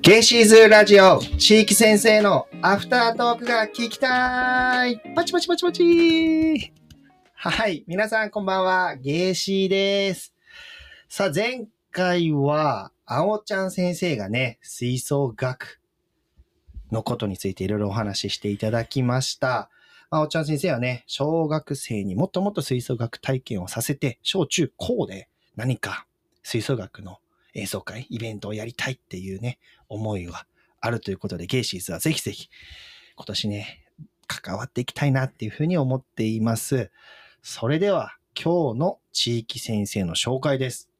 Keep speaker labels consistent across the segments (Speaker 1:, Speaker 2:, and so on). Speaker 1: ゲシーズラジオ、地域先生のアフタートークが聞きたいパチパチパチパチはい、皆さんこんばんは、ゲーシーです。さあ、前回は、あおちゃん先生がね、吹奏楽のことについていろいろお話ししていただきました。あおちゃん先生はね、小学生にもっともっと吹奏楽体験をさせて、小中高で何か吹奏楽の演奏会、イベントをやりたいっていうね、思いがあるということで、ゲイシーズはぜひぜひ今年ね、関わっていきたいなっていうふうに思っています。それでは今日の地域先生の紹介です。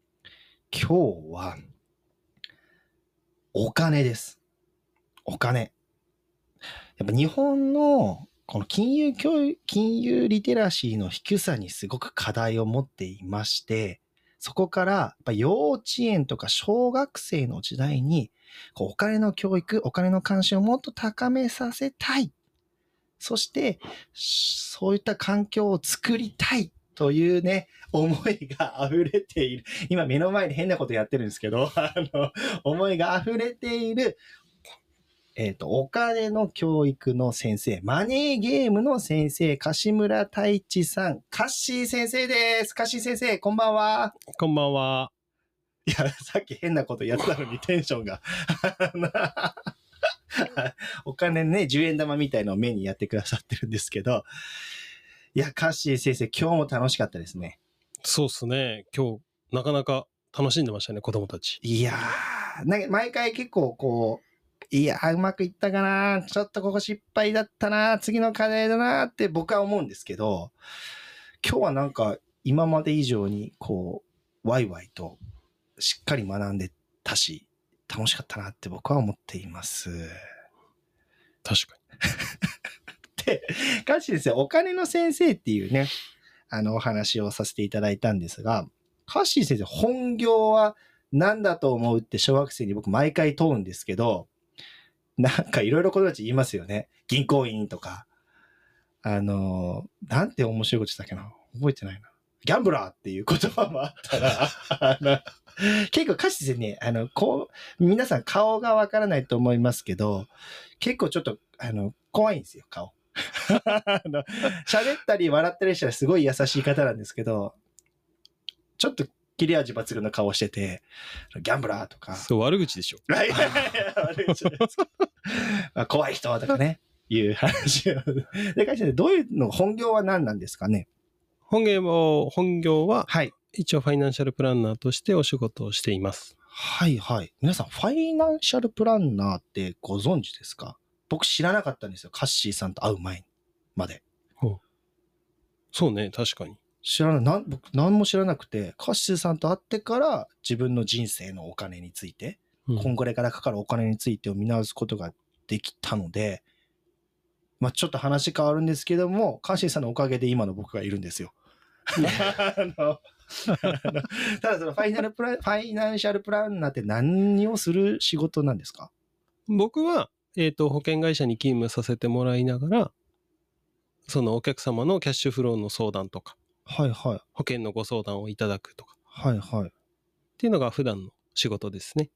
Speaker 1: 今日はお金です。お金。やっぱ日本のこの金融教育、金融リテラシーの低さにすごく課題を持っていまして、そこからやっぱ幼稚園とか小学生の時代にこうお金の教育、お金の関心をもっと高めさせたい。そして、そういった環境を作りたいというね、思いが溢れている。今目の前で変なことやってるんですけど、 あの、思いが溢れている、えっ、と、お金の教育の先生、マネーゲームの先生、柏村太一さん、カッシー先生です。カッシー先生、こんばんは。
Speaker 2: こんばんは。
Speaker 1: いや、さっき変なことやってたのにテンションが。 お金ね、10円玉みたいのを目にやってくださってるんですけど。いや、カッシー先生、今日も楽しかったですね。
Speaker 2: そうっすね。今日、なかなか楽しんでましたね、子供たち。
Speaker 1: いやー、なんか毎回結構こう、いやー、うまくいったかなちょっとここ失敗だったな次の課題だなって僕は思うんですけど、今日はなんか今まで以上にこう、ワイワイとしっかり学んでたし、楽しかったなって僕は思っています。
Speaker 2: 確か
Speaker 1: かし先生、お金の先生っていうね、あの、お話をさせていただいたんですが、かし先生、本業は何だと思うって小学生に僕毎回問うんですけど、なんかいろいろ子供たち言いますよね。銀行員とか。あの、なんて面白いことしたっけな覚えてないな。ギャンブラーっていう言葉もあったら、 あの結構歌詞ですね、あの、こう、皆さん顔がわからないと思いますけど、結構ちょっと、あの、怖いんですよ、顔。 あの喋ったり笑ったりしたらすごい優しい方なんですけど、ちょっと切れ味抜群の顔してて、ギャンブラーとか
Speaker 2: に。、そう、悪口でしょ。
Speaker 1: はいはいはい悪いじゃないですかまあ怖い人とかね、いう話を。で、会社でどういうの、本業は何なんですかね
Speaker 2: 本業は、本業は、
Speaker 1: はい。
Speaker 2: 一応ファイナンシャルプランナーとしてお仕事をしています。
Speaker 1: はいはい。皆さん、ファイナンシャルプランナーってご存知ですか僕知らなかったんですよ。カッシーさんと会う前まで。
Speaker 2: そうね、確かに。
Speaker 1: 知らない。なん僕、何も知らなくて、カッシーさんと会ってから自分の人生のお金について、
Speaker 2: うん
Speaker 1: 今後れからかかるお金についてを見直すことができたので、まあ、ちょっと話変わるんですけども、カーシーさんのおかげで今の僕がいるんですよ。あのあのただそのファイナルプラン、ファイナンシャルプランナーって何をする仕事なんですか
Speaker 2: 僕は、えっ、と、保険会社に勤務させてもらいながら、そのお客様のキャッシュフローの相談とか、
Speaker 1: はいはい。
Speaker 2: 保険のご相談をいただくとか、
Speaker 1: はいはい。
Speaker 2: っていうのが普段の仕事ですね。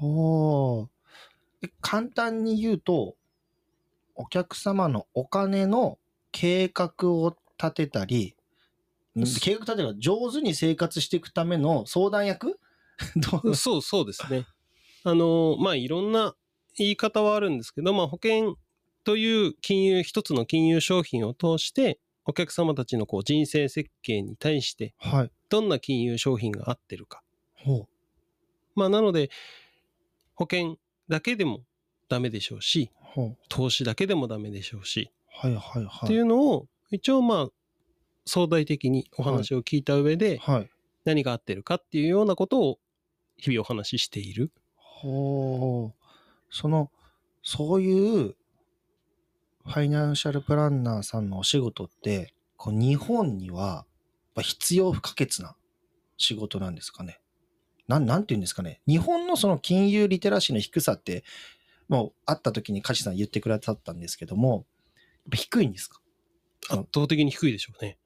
Speaker 1: はあ。簡単に言うと、お客様のお金の計画を立てたり、ん計画立てたり、上手に生活していくための相談役 どう
Speaker 2: そうそうですね。あのまあいろんな言い方はあるんですけど、まあ、保険という金融一つの金融商品を通してお客様たちのこう人生設計に対して
Speaker 1: はい。
Speaker 2: どんな金融商品が合ってるか。
Speaker 1: ほ
Speaker 2: まあ、なので保険だけでもダメでしょうし
Speaker 1: う。ほ
Speaker 2: 投資だけでもダメでしょうし、
Speaker 1: う。はいはいはい。
Speaker 2: っていうのを一応まあ相対的にお話を聞いた上で
Speaker 1: はい。
Speaker 2: 何が合ってるかっていうようなことを日々お話ししている。
Speaker 1: ほう。その、そういう、ファイナンシャルプランナーさんのお仕事って、こう日本には、やっぱ必要不可欠な仕事なんですかね。なん、なんて言うんですかね。日本のその金融リテラシーの低さって、もう会った時に梶さん言ってくださったんですけども、やっぱ低いんですか
Speaker 2: 圧倒的に低いでしょうね。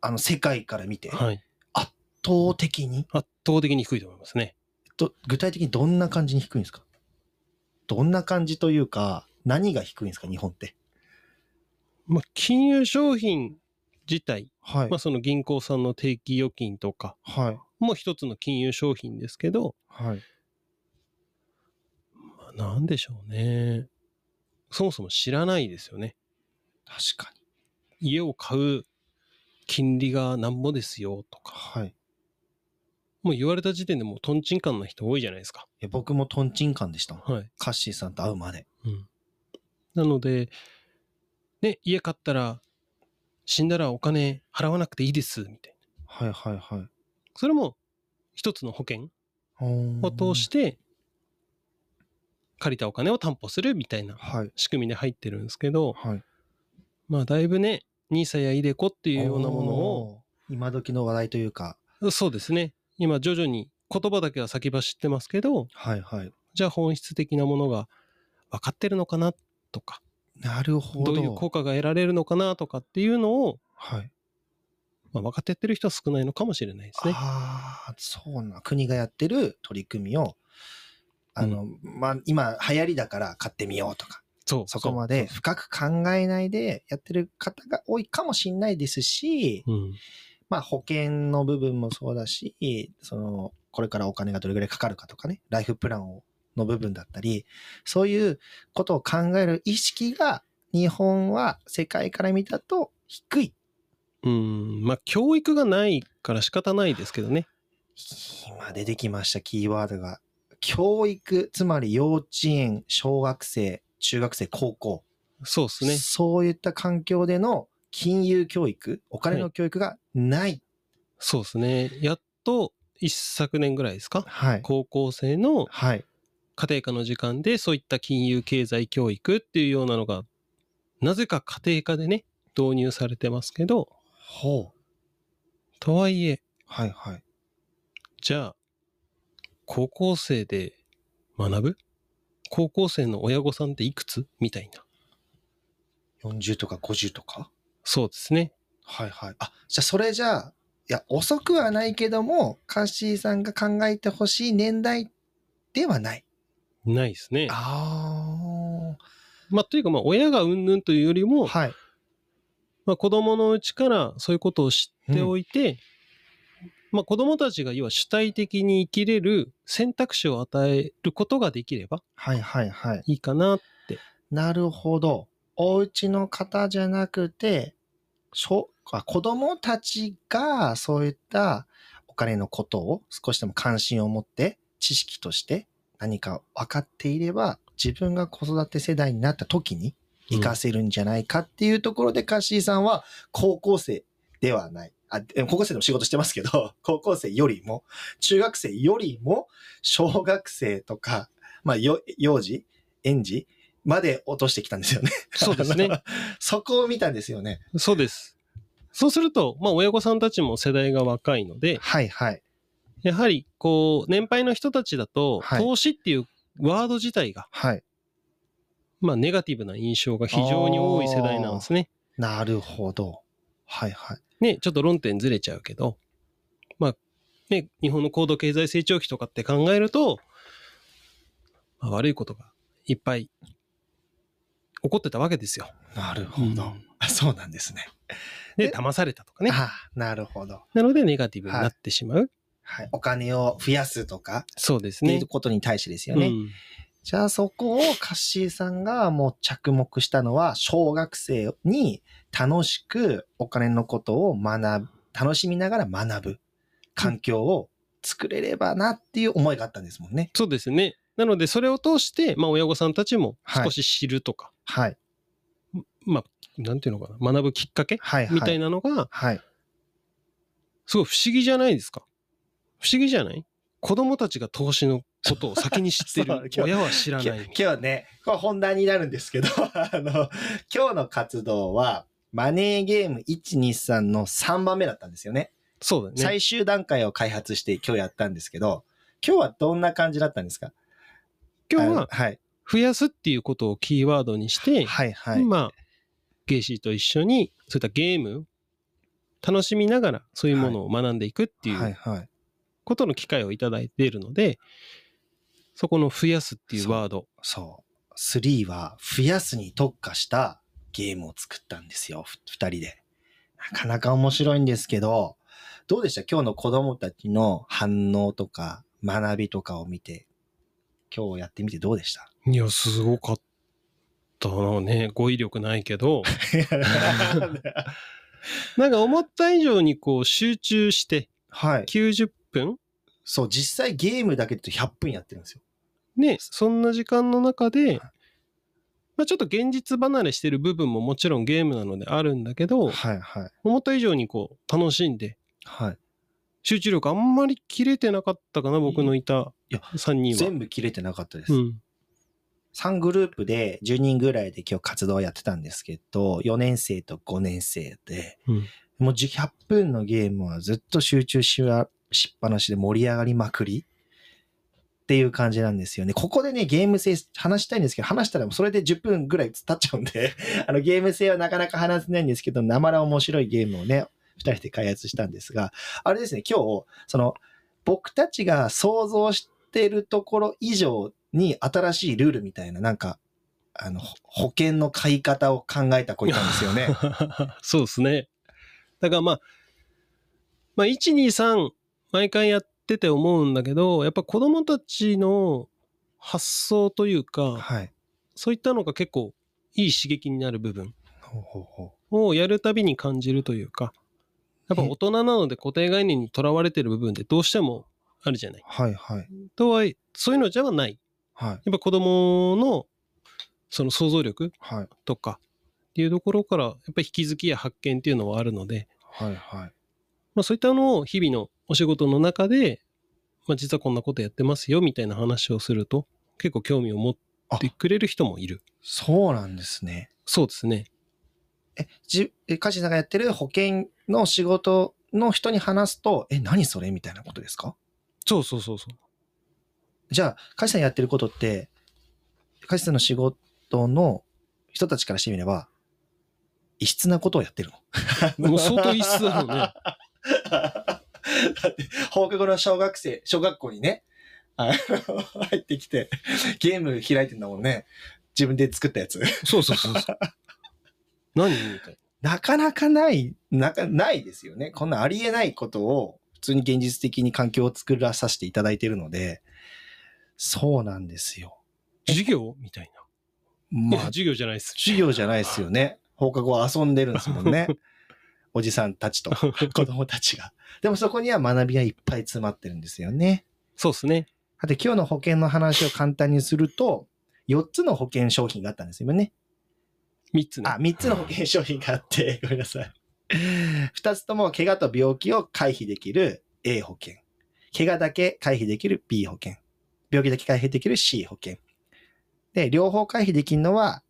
Speaker 1: あの世界から見て、
Speaker 2: はい。
Speaker 1: 圧倒的に、
Speaker 2: 圧倒的に低いと思いますね。
Speaker 1: ど具体的にどんな感じに低いんですかどんな感じというか、何が低いんですか、日本って。
Speaker 2: まあ、金融商品自体、
Speaker 1: はい
Speaker 2: まあ、その銀行さんの定期預金とか
Speaker 1: はい。
Speaker 2: も一つの金融商品ですけど、
Speaker 1: はい。
Speaker 2: まあ、なんでしょうね。そもそも知らないですよね。
Speaker 1: 確かに。
Speaker 2: 家を買う金利がなんぼですよとか、
Speaker 1: はい。い
Speaker 2: もう言われた時点でもうトンチンカンな人多いじゃないですか。
Speaker 1: や僕もトンチンカンでしたもん。
Speaker 2: はい。
Speaker 1: カッシーさんと会うまで。
Speaker 2: うん、なので、ね、家買ったら死んだらお金払わなくていいですみたいな。
Speaker 1: はいはいはい。。
Speaker 2: それも一つの保険を通してて借りたお金を担保するみたいな
Speaker 1: はい。
Speaker 2: 仕組みで入ってるんですけど、
Speaker 1: はい。
Speaker 2: まあだいぶね、NISA やイデコっていうようなものを、
Speaker 1: おー。今時の話題というか。
Speaker 2: そうですね、今徐々に言葉だけは先走ってますけど、
Speaker 1: はいはい。
Speaker 2: じゃあ本質的なものが分かってるのかなとか、
Speaker 1: なるほ
Speaker 2: ど
Speaker 1: ど。
Speaker 2: ういう効果が得られるのかなとかっていうのを、
Speaker 1: はい。
Speaker 2: まあ、分かってやってる人は少ないのかもしれないですね。
Speaker 1: ああ、そうな。国がやってる取り組みを、あの、まあ、今流行りだから買ってみようとか、
Speaker 2: そう。
Speaker 1: そこまで深く考えないでやってる方が多いかもしんないですし、
Speaker 2: そう。うん。
Speaker 1: まあ、保険の部分もそうだし、その、これからお金がどれぐらいかかるかとかね、ライフプランをの部分だったり、そういうことを考える意識が、日本は世界から見たと低い。
Speaker 2: うん。まあ、教育がないから仕方ないですけどね。
Speaker 1: 今出てきました、キーワードが。教育、つまり幼稚園、小学生、中学生、高校。
Speaker 2: そうですね。
Speaker 1: そういった環境での金融教育、お金の教育がない。
Speaker 2: そうですね。やっと一昨年ぐらいですか。
Speaker 1: はい。
Speaker 2: 高校生の
Speaker 1: はい。
Speaker 2: 家庭科の時間でそういった金融経済教育っていうようなのが、なぜか家庭科でね、導入されてますけど、
Speaker 1: ほう。
Speaker 2: とはいえ、
Speaker 1: はいはい。
Speaker 2: じゃあ、高校生で学ぶ高校生の親御さんっていくつみたいな。
Speaker 1: 40とか50とか
Speaker 2: そうですね。
Speaker 1: はいはい。あ、じゃあそれじゃあ、いや、遅くはないけども、カッシーさんが考えてほしい年代ではない。
Speaker 2: ないですね。
Speaker 1: あ
Speaker 2: まあ、というか、まあ、親がうんぬんというより
Speaker 1: あ
Speaker 2: も、
Speaker 1: はい。
Speaker 2: まあ、子供のうちからそういうことを知っておいて、まあ、子供たちが要は主体的に生きれる選択肢を与えることができれば
Speaker 1: はいはいはい。
Speaker 2: いいかな。
Speaker 1: なるほど。お家の方じゃなくて、しょあ子供たちがそういったお金のことを少しでも関心を持って、知識として何か分かっていれば、自分が子育て世代になった時に活かせるんじゃないかっていうところで、カッシーさんは高校生ではない。あ、でも高校生でも仕事してますけど、 高校生よりも、中学生よりも、小学生とか、まあ、よ幼児、園児まで落としてきたんですよね。
Speaker 2: そうですね。
Speaker 1: そこを見たんですよね。
Speaker 2: そうです。そうすると、まあ、親御さんたちも世代が若いので、
Speaker 1: はいはい。
Speaker 2: やはり、こう、年配の人たちだと、
Speaker 1: はい
Speaker 2: 投資っていうワード自体が、
Speaker 1: はい。
Speaker 2: まあ、ネガティブな印象が非常に多い世代なんですね。
Speaker 1: なるほど。はいはい。
Speaker 2: ね、ちょっと論点ずれちゃうけど、まあ、ね、日本の高度経済成長期とかって考えると、まあ悪いことがいっぱい起こってたわけですよ。
Speaker 1: なるほど。あそうなんですね。
Speaker 2: で、
Speaker 1: で
Speaker 2: 騙されたとかね。
Speaker 1: ああなるほど。
Speaker 2: なので、ネガティブになってしまう。
Speaker 1: はい。お金を増やすとか、
Speaker 2: そうです
Speaker 1: ってい
Speaker 2: ね
Speaker 1: う。ことに対してですよ
Speaker 2: う
Speaker 1: ね。
Speaker 2: ん、
Speaker 1: じゃあそこをカッシーさんがもう着目したのは、小学生に楽しくお金のことを学ぶ、楽しみながら学ぶ環境を作れればなっていう思いがあったんですもんね。
Speaker 2: そうですね。なので、それを通して、まあ、親御さんたちも少し知るとか、
Speaker 1: はい。
Speaker 2: まあ、なんていうのかな、学ぶきっかけ
Speaker 1: はい、はい。
Speaker 2: みたいなのが、
Speaker 1: はい。
Speaker 2: すごい不思議じゃないですか。不思議じゃない子供たちが投資のことを先に知っ て
Speaker 1: そう
Speaker 2: る。
Speaker 1: 今日
Speaker 2: 親は知ら
Speaker 1: 今
Speaker 2: な
Speaker 1: 日
Speaker 2: い。
Speaker 1: 今日ね、これ本題になるんですけど、 あの、今日の活動は、マネーゲーム123の3番目だったんですよね。
Speaker 2: そうだね。
Speaker 1: 最終段階を開発して今日やったんですけど、今日はどんな感じだったんですか
Speaker 2: 今日は
Speaker 1: あはい。
Speaker 2: 増やすっていうことをキーワードにして、
Speaker 1: はいはい。
Speaker 2: まあ、ゲイシーと一緒に、そういったゲーム、楽しみながらそういうものを学んでいくってい
Speaker 1: はいうはい。
Speaker 2: ことの機会をいただいているので、そこの増やすっていうワード。
Speaker 1: そう。3は増やすに特化したゲームを作ったんですよ。ふ二人で。なかなか面白いんですけど、どうでした今日の子供たちの反応とか学びとかを見て、今日やってみてどうでした
Speaker 2: いや、すごかったなね。語彙力ないけ ど、なんか思った以上にこう集中して
Speaker 1: はい。
Speaker 2: 90分
Speaker 1: そう、実際ゲームだけで言うと100分やってるんですよ。
Speaker 2: ね、そんな時間の中
Speaker 1: はい
Speaker 2: で、まあ、ちょっと現実離れしてる部分ももちろんゲームなのであるんだけど、
Speaker 1: はいはい。
Speaker 2: 思った以上にこう楽しんで、
Speaker 1: はい。
Speaker 2: 集中力あんまり切れてなかったかな、僕のいた
Speaker 1: いや
Speaker 2: 3人は。
Speaker 1: 全部切れてなかったです。
Speaker 2: うん。
Speaker 1: 3グループで10人ぐらいで今日活動をやってたんですけど、4年生と5年生で、
Speaker 2: うん
Speaker 1: もうじ100分のゲームはずっと集中しわしっぱなしで盛り上がりまくりっていう感じなんですよね。ここでね、ゲーム性話したいんですけど、話したらもうそれで10分ぐらい経っちゃうんで、 あのゲーム性はなかなか話せないんですけど、なまら面白いゲームをね、2人で開発したんですが、あれですね、今日、その、僕たちが想像してるところ以上に新しいルールみたいな、なんか、あの、ほ保険の買い方を考えた子いたんですよね。
Speaker 2: そうですね。だからまあ、まあ、1、2、3、毎回やってて思うんだけど、やっぱ子供たちの発想というか、
Speaker 1: はい。
Speaker 2: そういったのが結構いい刺激になる部分。
Speaker 1: ほうほうほ
Speaker 2: をやるたびに感じるというか、やっぱ大人なので固定概念にとらわれてる部分ってどうしてもあるじゃない。
Speaker 1: う。はいはい。
Speaker 2: とはいえ、そういうのじゃない。
Speaker 1: はい。
Speaker 2: やっぱ子供のその想像力
Speaker 1: はい。
Speaker 2: とかっていうところから、やっぱり引き付きや発見っていうのはあるので、
Speaker 1: はいはい。
Speaker 2: まあそういったのを日々のお仕事の中で、まあ実はこんなことやってますよみたいな話をすると、結構興味を持ってくれる人もいる。
Speaker 1: そうなんですね。
Speaker 2: そうですね。
Speaker 1: え、じ、え、カジさんがやってる保険の仕事の人に話すと、え、何それみたいなことですか
Speaker 2: そうそうそうそう。
Speaker 1: じゃあ、カジさんやってることって、カジさんの仕事の人たちからしてみれば、異質なことをやってるの。
Speaker 2: もう相当異質だろうね。
Speaker 1: だって、放課後の小学生、小学校にね、あの入ってきて、ゲーム開いてんだもんね。自分で作ったやつ。
Speaker 2: そうそうそう そう。何みたい
Speaker 1: なかなかない、なか、ないですよね。こんなありえないことを普通に現実的に環境を作らさせていただいているので、そうなんですよ。
Speaker 2: な。授業みたいな。
Speaker 1: ま
Speaker 2: いや
Speaker 1: あ、
Speaker 2: 授業じゃないです。
Speaker 1: 授業じゃないですよね。放課後は遊んでるんですもんね。おじさんたちと子供たちが。でもそこには学びがいっぱい詰まってるんですよね。
Speaker 2: そうですね。
Speaker 1: さて、今日の保険の話を簡単にすると、4つの保険商品があったんですよね。
Speaker 2: 3つね
Speaker 1: あ、。3つの保険商品があって、 ごめんなさい。2つとも怪我と病気を回避できる A 保険。怪我だけ回避できる B 保険。病気だけ回避できる C 保険。で、両方回避できるのは、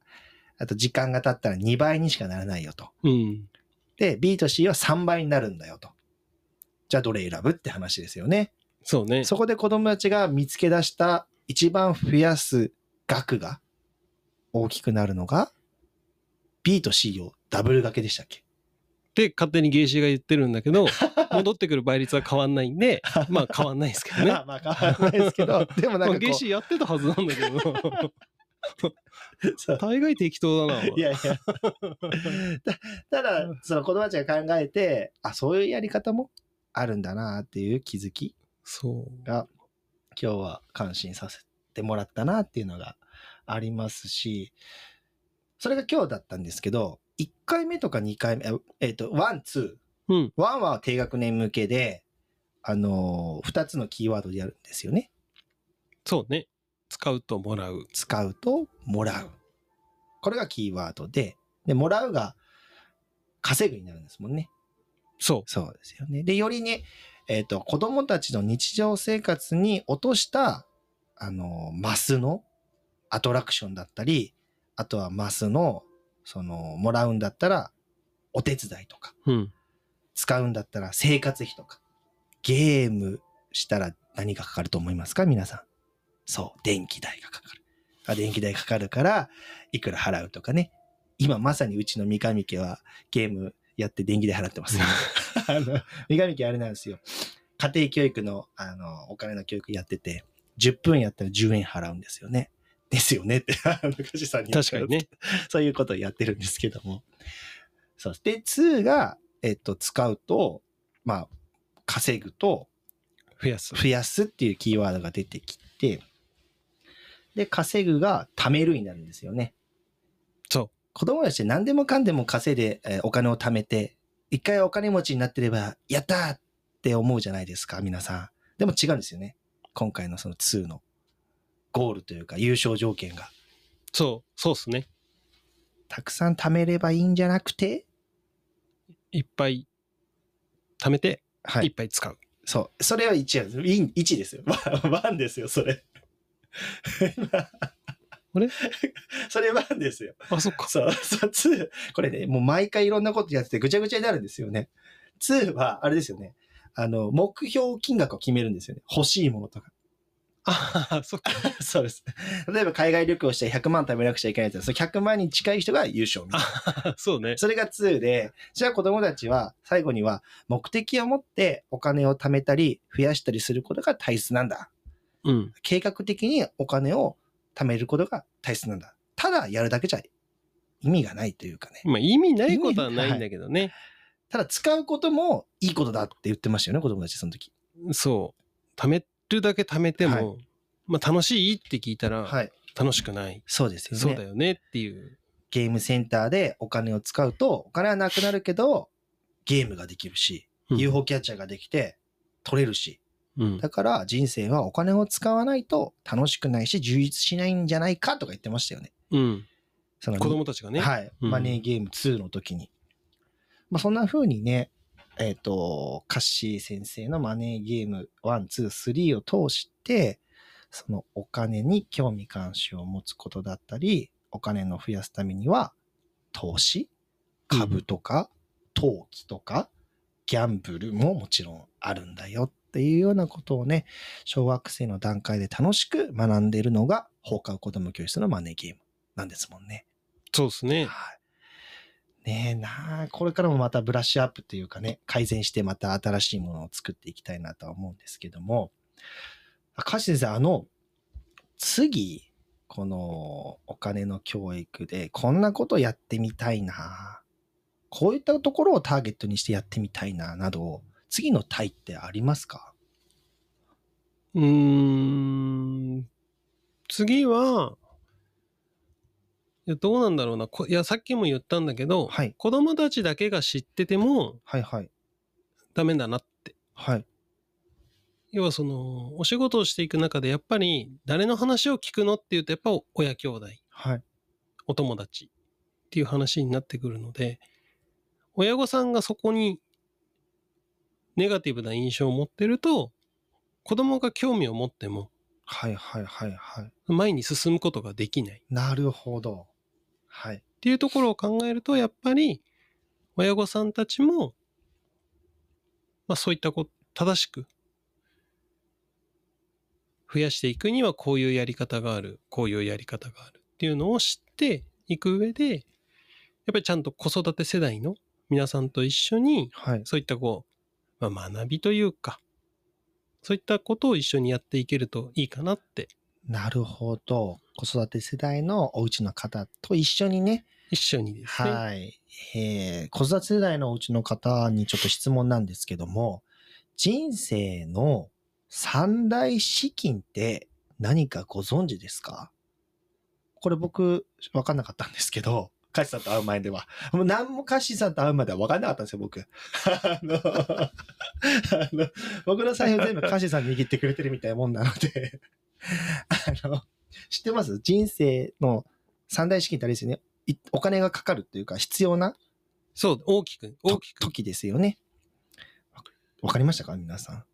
Speaker 1: あと時間が経ったら2倍にしかならないよと。
Speaker 2: うん。
Speaker 1: で、B と C は3倍になるんだよと。じゃあどれ選ぶって話ですよね。
Speaker 2: そうね。
Speaker 1: そこで子供たちが見つけ出した一番増やす額が大きくなるのが B と C をダブル掛けでしたっけ
Speaker 2: で、勝手に芸師が言ってるんだけ ど、戻ってくる倍率は変わんないん で、まあ変わんないですけどね。
Speaker 1: まあまあ変わらないですけ ど、でも
Speaker 2: ま
Speaker 1: なんかこ
Speaker 2: あ、
Speaker 1: う、
Speaker 2: 芸師やってたはずなんだけ どな、
Speaker 1: そう
Speaker 2: 大概適当だな。お
Speaker 1: い
Speaker 2: 前
Speaker 1: やいや。たただ、その子供たちが考えて、あ、そういうやり方もあるんだなっていう気づき
Speaker 2: そう。
Speaker 1: が、今日は感心させてもらったなっていうのがありますし、それが今日だったんですけど、1回目とか2回目、あえっ、と、ワン、ツー、
Speaker 2: うん。
Speaker 1: ワンは低学年向けで、あのー、2つのキーワードでやるんですよね。
Speaker 2: そうね。使うともらう。
Speaker 1: 使うと、もらう。これがキーワードで、で、もらうが、稼ぐになるんですもんね。
Speaker 2: そ
Speaker 1: そうですよね。で、よりね、えっ、と、子供たちの日常生活に落とした、あのー、マスのアトラクションだったり、あとはマスの、その、もらうんだったら、お手伝いとか、
Speaker 2: う。うん。
Speaker 1: 使うんだったら生活費とか。ゲームしたら何がかかると思いますか皆さん。そう、電気代がかかる。あ電気代かかるから、いくら払うとかね。今まさにうちの三上家はゲームやって電気代払ってます。 あの、三上家あれなんですよ。家庭教育の、あの、お金の教育やってて、 10分やったら10円払うんですよね。ですよねって、あの梶さんに言っ
Speaker 2: 確
Speaker 1: た
Speaker 2: からにね。
Speaker 1: そういうことをやってるんですけども。そう。で、2が、えっと、使うと、まあ、稼ぐと、
Speaker 2: 増やす。
Speaker 1: 増やすっていうキーワードが出てきて、で、稼ぐが貯めるになるんですよね。
Speaker 2: そう。
Speaker 1: 子供たち何でもかんでも稼いで、えーお金を貯めて、一回お金持ちになってれば、やったーって思うじゃないですか、皆さん。でも違うんですよね。今回のその2のゴールというか優勝条件が。
Speaker 2: そう、そうっすね。
Speaker 1: たくさん貯めればいいんじゃなくて、
Speaker 2: いっぱい貯めて、
Speaker 1: はいい。
Speaker 2: っぱい使う。
Speaker 1: そう。それは1や。1ですよ。1ですよ、それ。
Speaker 2: あれ
Speaker 1: それ1ですよ。
Speaker 2: あ、そっか。
Speaker 1: そう、そう、2。これね、もう毎回いろんなことやっててぐちゃぐちゃになるんですよね。2は、あれですよね。あの、目標金額を決めるんですよね。欲しいものとか。
Speaker 2: あ、そっか。
Speaker 1: そうです。例えば海外旅行して100万貯めなくちゃいけないやつその100万に近い人が優勝みたいな。
Speaker 2: そうね。
Speaker 1: それが2で、じゃあ子供たちは最後には目的を持ってお金を貯めたり増やしたりすることが大切なんだ。
Speaker 2: うん。
Speaker 1: 計画的にお金を貯めることが大切なんだ。ただやるだけじゃ意味がないというかね。
Speaker 2: まあ意味ないことはないんだけどね。
Speaker 1: ただ使うこともいいことだって言ってましたよね、子供たちその時。
Speaker 2: そう。貯めるだけ貯めても、
Speaker 1: は
Speaker 2: まあ楽しいって聞いたら、
Speaker 1: はい。
Speaker 2: 楽しくない。
Speaker 1: そうですよね。
Speaker 2: そうだよねっていう。
Speaker 1: ゲームセンターでお金を使うと、お金はなくなるけど、ゲームができるし、
Speaker 2: うん
Speaker 1: UFO キャッチャーができて、取れるし。
Speaker 2: うん。
Speaker 1: だから人生はお金を使わないと楽しくないし、充実しないんじゃないかとか言ってましたよね。
Speaker 2: うん。
Speaker 1: その
Speaker 2: 子供たちがね。
Speaker 1: はい。
Speaker 2: うん
Speaker 1: マネーゲーム2の時に。まあ、そんな風にね、えっ、と、カッシー先生のマネーゲーム1、2、3を通して、そのお金に興味関心を持つことだったり、お金の増やすためには、投資、株とか、投機とか、ギャンブルももちろんあるんだよっていうようなことをね、小学生の段階で楽しく学んでいるのが、放課後子供教室のマネーゲームなんですもんね。
Speaker 2: そうですね。
Speaker 1: はい。ねえなあ、これからもまたブラッシュアップというかね、改善してまた新しいものを作っていきたいなとは思うんですけども、あカシ先生、あの、次、このお金の教育で、こんなことやってみたいな、こういったところをターゲットにしてやってみたいな、など、次のタイってありますか
Speaker 2: うーん。次は、いやどうなんだろうな。こいや、さっきも言ったんだけど、
Speaker 1: はい
Speaker 2: 子供たちだけが知ってても
Speaker 1: はいはい。
Speaker 2: ダメだなって。
Speaker 1: はい。
Speaker 2: 要はその、お仕事をしていく中で、やっぱり誰の話を聞くのっていうと、やっぱ親兄弟、
Speaker 1: はい。
Speaker 2: お友達っていう話になってくるので、親御さんがそこにネガティブな印象を持ってると、子供が興味を持っても
Speaker 1: はいはいはいはい。
Speaker 2: 前に進むことができない。
Speaker 1: なるほど。はい。
Speaker 2: っていうところを考えると、やっぱり親御さんたちも、まあそういったこと、正しく増やしていくにはこういうやり方がある、こういうやり方があるっていうのを知っていく上で、やっぱりちゃんと子育て世代の皆さんと一緒に、
Speaker 1: はい。
Speaker 2: そういったこう、まあ、学びというか、そういったことを一緒にやっていけるといいかなって、
Speaker 1: なるほど。子育て世代のお家の方と一緒にね。
Speaker 2: 一緒にですね。
Speaker 1: はい。えー子育て世代のお家の方にちょっと質問なんですけども、人生の三大資金って何かご存知ですかこれ僕、わかんなかったんですけど、カシさんと会う前では。もう何もカシさんと会うまではわかんなかったんですよ、僕。あの、あの僕の財布全部カシさん握ってくれてるみたいなもんなので、あの、知ってます人生の三大資金ってあれですよね。いお金がかかるっていうか必要な
Speaker 2: そう、大きく、大きく。
Speaker 1: 時ですよね。わかわかりましたか皆さん。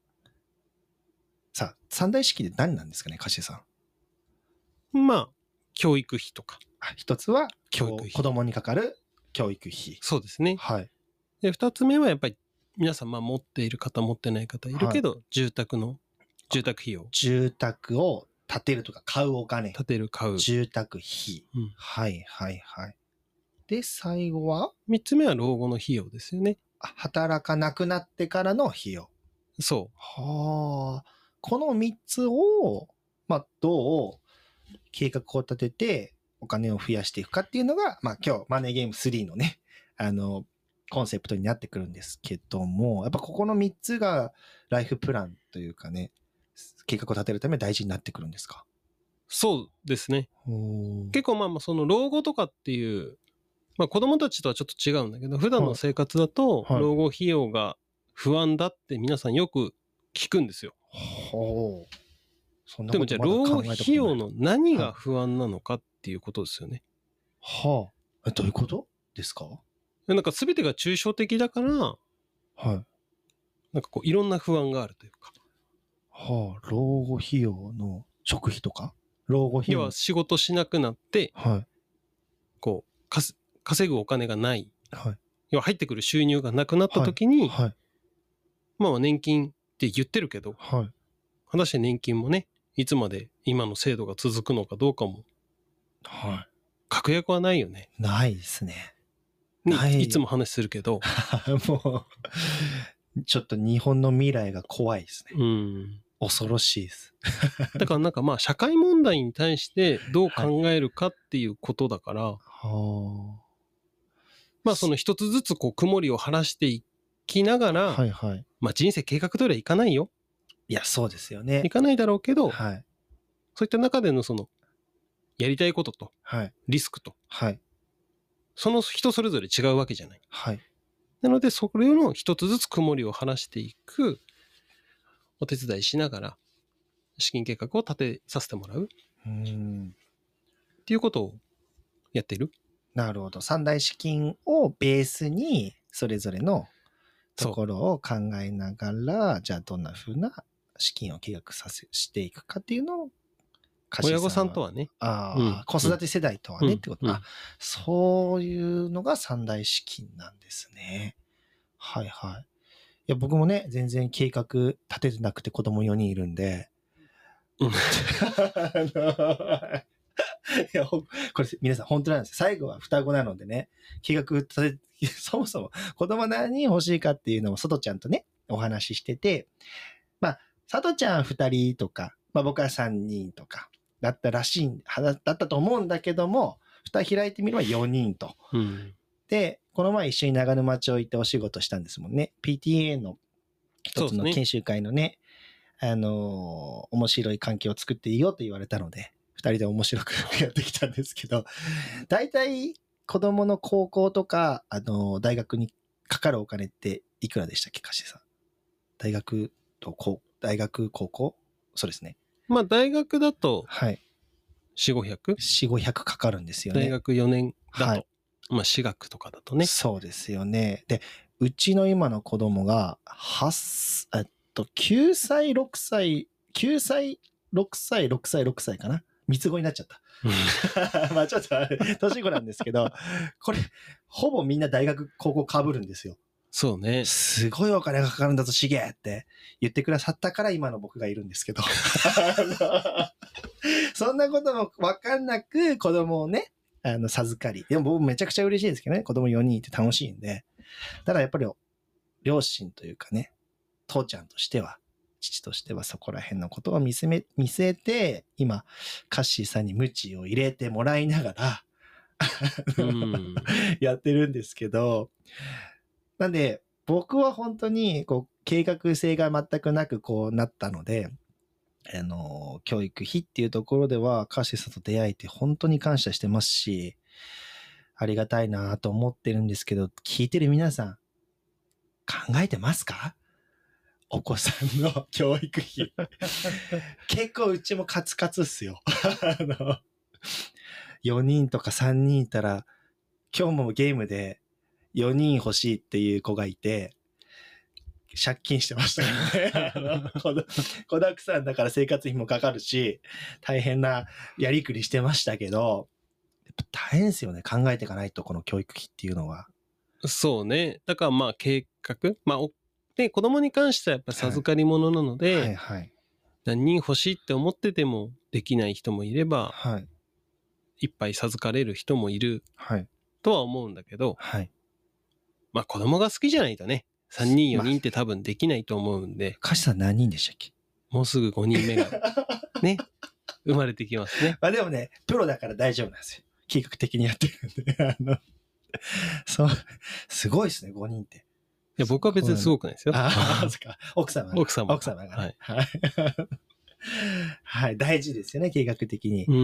Speaker 1: さあ、三大式で何なんですかね、カシエさん。
Speaker 2: まあ、教育費とか。
Speaker 1: あ一つは
Speaker 2: 教育費
Speaker 1: 子供にかかる教育費。
Speaker 2: そうですね。
Speaker 1: はい。
Speaker 2: で、二つ目はやっぱり、皆さん、まあ、持っている方、持ってない方いるけど、住宅の、住宅費用、
Speaker 1: 住宅を建てるとか買うお金。
Speaker 2: 建てる、買う。
Speaker 1: 住宅費。
Speaker 2: うん
Speaker 1: はいはいはい。で、最後は
Speaker 2: 三つ目は老後の費用ですよね。
Speaker 1: あ働かなくなってからの費用。
Speaker 2: そ
Speaker 1: はあ。この3つをまあ、どう計画を立ててお金を増やしていくかっていうのが、まあ、今日、マネーゲーム3のね、あの、コンセプトになってくるんですけども、やっぱここの3つがライフプランというかね、計画を立てるために大事になってくるんですか
Speaker 2: そうですね。
Speaker 1: 結
Speaker 2: 結構まあまあその老後とかっていう、まあ、子供たちとはちょっと違うんだけど普段の生活だと
Speaker 1: はいはい
Speaker 2: 老後費用が不安だって皆さんよく聞くんですよ。
Speaker 1: ほう。そんな
Speaker 2: で
Speaker 1: こ
Speaker 2: も
Speaker 1: と
Speaker 2: じゃ
Speaker 1: ま
Speaker 2: あ
Speaker 1: だ
Speaker 2: 老
Speaker 1: 考
Speaker 2: 後
Speaker 1: えたことない
Speaker 2: 費用の何が不安なのかっていうことですよね。
Speaker 1: はあ。えどういうことですか
Speaker 2: なんか全てが抽象的だからなん
Speaker 1: はい。
Speaker 2: かこういろんな不安があるというか
Speaker 1: はあ、老後費用の食費とか老後費用
Speaker 2: 要
Speaker 1: の
Speaker 2: は。仕事しなくなって
Speaker 1: はい。
Speaker 2: こうかす稼ぐお金がない
Speaker 1: は
Speaker 2: 要は入ってくる収入がなくなった時に、
Speaker 1: い。はい。
Speaker 2: まあまあ年金って言ってるけど
Speaker 1: はい。
Speaker 2: 果たして年金もねいつまで今の制度が続くのかどうかも
Speaker 1: は
Speaker 2: 確約はないよね。
Speaker 1: い。ないですね。
Speaker 2: ね
Speaker 1: ない
Speaker 2: いつも話するけど、
Speaker 1: もう、ちょっと日本の未来が怖いですね。
Speaker 2: うん。
Speaker 1: 恐ろしいです。
Speaker 2: だからなんか まあ社会問題に対してどう考えるかっていうことだから、
Speaker 1: は
Speaker 2: まあその一つずつこう曇りを晴らしていきながら、
Speaker 1: あ。はいはい。
Speaker 2: まあ人生計画通りはいかないよ。
Speaker 1: いや、そうですよね
Speaker 2: い。かないだろうけど、そ
Speaker 1: はい。
Speaker 2: ういった中でのその、やりたいことと
Speaker 1: はい。
Speaker 2: リスクと、
Speaker 1: はい。
Speaker 2: その人それぞれ違うわけじゃない。
Speaker 1: はい。
Speaker 2: なのでそれの一つずつ曇りを晴らしていく、お手伝いしながら、資金計画を立てさせてもらう。
Speaker 1: うん。
Speaker 2: っていうことをやっている
Speaker 1: なるほど。三大資金をベースに、それぞれのところを考えながら、じゃあどんな風な資金を計画させ、していくかっていうのを、貸し
Speaker 2: 親御さんと。はね
Speaker 1: ああ、
Speaker 2: うん
Speaker 1: 子育て世代とはね、
Speaker 2: うん
Speaker 1: ってこと、
Speaker 2: うん
Speaker 1: あ、そういうのが三大資金なんですね。はいはい。いや、僕もね、全然計画立ててなくて子供4人いるんで。
Speaker 2: う ん
Speaker 1: あの いや、ほんこれ皆さん本当なんですよ。最後は双子なのでね、計画立て、 そもそも子供何欲しいかっていうのを佐藤ちゃんとね、お話ししてて、まあ、佐藤ちゃん2人とか、まあ僕は3人とか、だったらしいん、はだだったと思うんだけども、蓋開いてみれば4人と。
Speaker 2: うん
Speaker 1: で、この前一緒に長沼町行ってお仕事したんですもんね。PTA の一つ
Speaker 2: そうです
Speaker 1: の
Speaker 2: ね
Speaker 1: 研修会のね、あのー面白い関係を作っていいよと言われたので、二人で面白くやってきたんですけど、大体子供の高校とか、あのー大学にかかるお金っていくらでしたっけ、かしさん。大学と高、大学、高校そうですね。
Speaker 2: まあ大学だと
Speaker 1: はい。
Speaker 2: 4500
Speaker 1: 4、500かかるんですよね。
Speaker 2: 大学4年だと、
Speaker 1: はい
Speaker 2: まあ私学とかだとね
Speaker 1: そうですよね。で、うちの今の子供が、8、えっと、9歳、6歳、9歳、6歳、6歳、6歳かな。三つ子になっちゃった。 まあちょっとあれ、年子なんですけど、これ、ほぼみんな大学、高校被るんですよ。
Speaker 2: そうね
Speaker 1: すごいお金がかかるんだぞ、しげって言ってくださったから今の僕がいるんですけど。そんなこともわかんなく子供をね、あの、授かり。でも僕めちゃくちゃ嬉しいですけどね、子供4人いて楽しいんで。ただやっぱり、両親というかね、父ちゃんとしては、父としてはそこら辺のことを見せめ、見据えて、今、カッシーさんに無知を入れてもらいながら、
Speaker 2: うん
Speaker 1: やってるんですけど、なんで、僕は本当に、こう、計画性が全くなくこうなったので、あの、教育費っていうところでは、カーシーさんと出会えて本当に感謝してますし、ありがたいなと思ってるんですけど、聞いてる皆さん、考えてますかお子さんの教育費。結構うちもカツカツっすよ。 あの、4人とか3人いたら、今日もゲームで4人欲しいっていう子がいて、借金してました からねあの。子ど子だくさんだから生活費もかかるし、大変なやりくりしてましたけど、やっぱ大変ですよね。考えていかないと、この教育費っていうのは。
Speaker 2: そうねだからまあ計画まあおで子供に関してはやっぱ授かり物なので、
Speaker 1: はいはい。
Speaker 2: 何人欲しいって思っててもできない人もいれば
Speaker 1: はい。
Speaker 2: いっぱい授かれる人もいる
Speaker 1: はい。
Speaker 2: とは思うんだけど
Speaker 1: はい。
Speaker 2: まあ子供が好きじゃないとね3人4
Speaker 1: まあ
Speaker 2: 人って多分できないと思うんで
Speaker 1: 歌詞さん何人でしたっけ
Speaker 2: もうすぐ5人目がね生まれてきますね。
Speaker 1: まあでもね、プロだから大丈夫なんですよ。計画的にやってるんで。あの、そう、すごいですね、5人って。
Speaker 2: いや、僕は別にすごくないですよ。
Speaker 1: ああ、そっか。奥様が。
Speaker 2: 奥様。
Speaker 1: 奥様が
Speaker 2: は
Speaker 1: ね
Speaker 2: い。。
Speaker 1: はい。はい。 大事ですよね、計画的に。
Speaker 2: う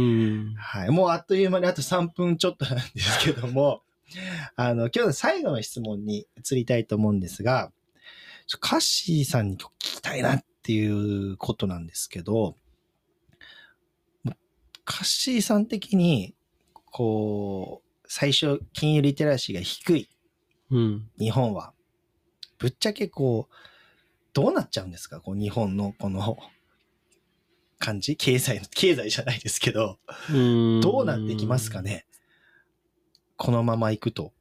Speaker 2: ん。
Speaker 1: はい。もうあっという間にあと3分ちょっとなんですけど も、あの、今日の最後の質問に移りたいと思うんですが、ちょカッシーさんに聞きたいなっていうことなんですけど、カッシーさん的に、こう、最初、金融リテラシーが低い
Speaker 2: うん。
Speaker 1: 日本は、ぶっちゃけこう、どうなっちゃうんですかこう、日本のこの感じ経済の、経済じゃないですけど、
Speaker 2: うん
Speaker 1: どうなってきますかねこのまま行くと。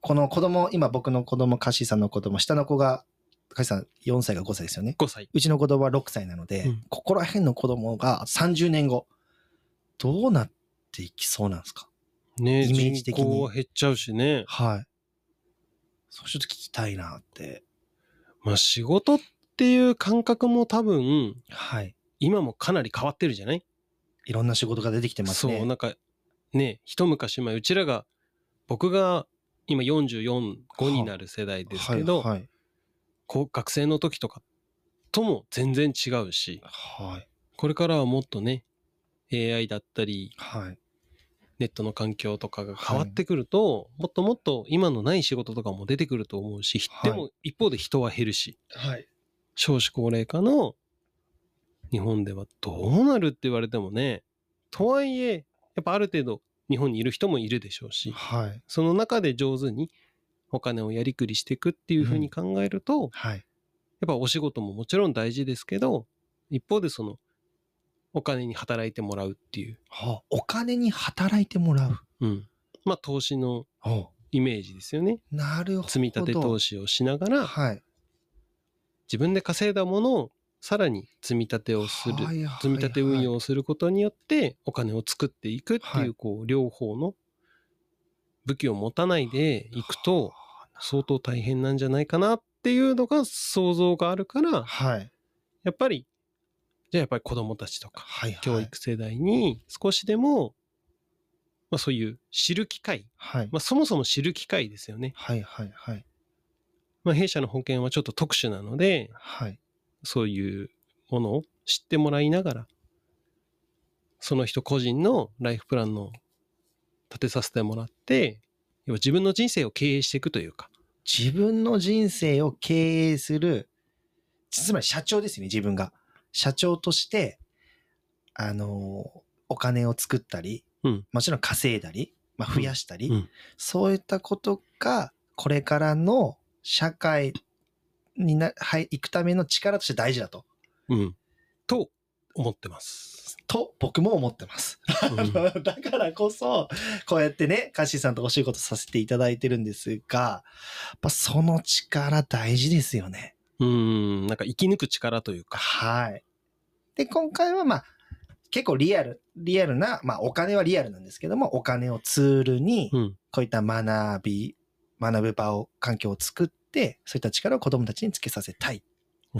Speaker 1: この子供、今僕の子供、カシさんの子供、下の子が、カシさん4歳が5歳ですよね。
Speaker 2: 5歳。
Speaker 1: うちの子供は6歳なので、
Speaker 2: うん
Speaker 1: ここら辺の子供が30年後、どうなっていきそうなんですか
Speaker 2: ね
Speaker 1: イメージ的に
Speaker 2: 人口は減っちゃうしね。
Speaker 1: はい。そうちょっと聞きたいなって。
Speaker 2: まあ仕事っていう感覚も多分、
Speaker 1: はい。
Speaker 2: 今もかなり変わってるじゃない、
Speaker 1: いろんな仕事が出てきてますね。
Speaker 2: そう、なんか、ね、一昔前、うちらが、僕が今44、5になる世代ですけど、
Speaker 1: はい。
Speaker 2: こう学生の時とかとも全然違うし、
Speaker 1: はい。
Speaker 2: これからはもっとね、AI だったり、
Speaker 1: はい。
Speaker 2: ネットの環境とかが変わってくると、もっともっと今のない仕事とかも出てくると思うし、
Speaker 1: はい
Speaker 2: でも一方で人は減るし、
Speaker 1: はい。
Speaker 2: 少子高齢化の日本ではどうなるって言われてもね、とはいえ、やっぱある程度日本にいる人もいるでしょうし、
Speaker 1: はい。
Speaker 2: その中で上手にお金をやりくりしていくっていうふうに考えると、やっ
Speaker 1: はい。
Speaker 2: ぱお仕事ももちろん大事ですけど、一方でそのお金に働いてもらうっていう、
Speaker 1: はあお金に働いてもらう。
Speaker 2: うん、まあ投資の
Speaker 1: お
Speaker 2: イメージですよね。
Speaker 1: なるほど。
Speaker 2: 積み立て投
Speaker 1: 資
Speaker 2: 資をしながら
Speaker 1: はい。
Speaker 2: 自分で稼いだものをさらに積み立てをする
Speaker 1: はいはいはい
Speaker 2: 積み立て運用をすることによってお金を作っていくって
Speaker 1: はいいう
Speaker 2: こう両方の武器を持たないでいくと相当大変なんじゃないかなっていうのが想像があるから
Speaker 1: はい。
Speaker 2: やっぱりじゃあやっぱり子どもたちとか
Speaker 1: はいはい。
Speaker 2: 教育世代に少しでもまあそういう知る機会
Speaker 1: はい。
Speaker 2: まあそもそも知る機会ですよね。
Speaker 1: はいはいはい。
Speaker 2: まあ弊社の保険はちょっと特殊なので
Speaker 1: はい。
Speaker 2: そういうものを知ってもらいながら、その人個人のライフプランの立てさせてもらって、要は自分の人生を経営していくというか、
Speaker 1: 自分の人生を経営する、つまり社長ですね、自分が。社長として、あのー、お金を作ったり、
Speaker 2: うん
Speaker 1: もちろん稼いだり、まあ、増やしたり、
Speaker 2: うん
Speaker 1: そういったことが、これからの社会にな、はい、行くための力として大事だと。
Speaker 2: うん、と思っ てます。
Speaker 1: と、僕も思ってます。
Speaker 2: うん
Speaker 1: だからこそ、こうやってね、カッシーさんとお仕事させていただいてるんですが、やっぱその力大事ですよね。
Speaker 2: うん、なんか生き抜く力というか、
Speaker 1: はい。で、今回はまあ、結構リアル、リアルな、まあお金はリアルなんですけども、お金をツールに、
Speaker 2: うん、
Speaker 1: こういった学び、学ぶ場を、環境を作って、そういった力を子供たちにつけさせたいっ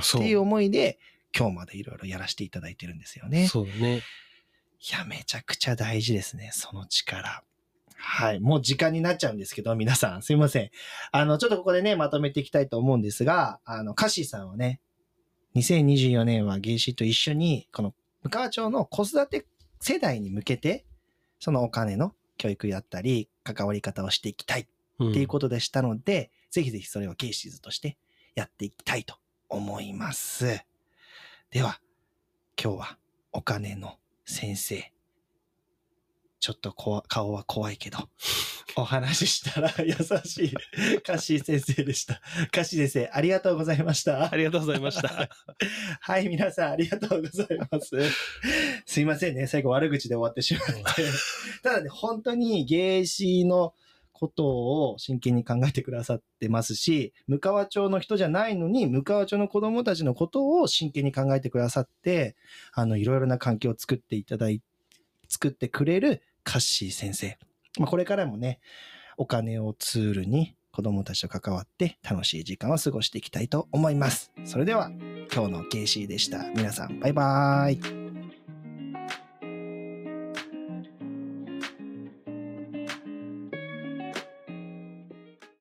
Speaker 2: そ
Speaker 1: ていう
Speaker 2: う。
Speaker 1: 思いで、今日までいろいろやらせていただいてるんですよね。
Speaker 2: そうだね。
Speaker 1: いや、めちゃくちゃ大事ですね、その力。はい。もう時間になっちゃうんですけど、皆さん、すいません。あの、ちょっとここでね、まとめていきたいと思うんですが、あの、カシーさんはね、2024年は芸師と一緒に、この、向川町の子育て世代に向けて、そのお金の教育だったり、関わり方をしていきたい
Speaker 2: うん
Speaker 1: っていうことでしたので、ぜひぜひそれをケイシーズとしてやっていきたいと思います。では、今日はお金の先生。ちょっとこわ顔は怖いけど、お話ししたら優しいカッシー先生でした。カッシー先生、ありがとうございました
Speaker 2: あ。りがとうございました。
Speaker 1: はい、皆さんありがとうございます。 すいませんね、最後悪口で終わってしまって。ただね、本当に芸師のことを真剣に考えてくださってますし、向川町の人じゃないのに、向川町の子供たちのことを真剣に考えてくださって、あの、いろいろな環境を作っていただい、作ってくれるカッシー先生。まあ、これからもね、お金をツールに子供たちと関わって楽しい時間を過ごしていきたいと思います。それでは今日の KC でした。皆さん、バイバーイ。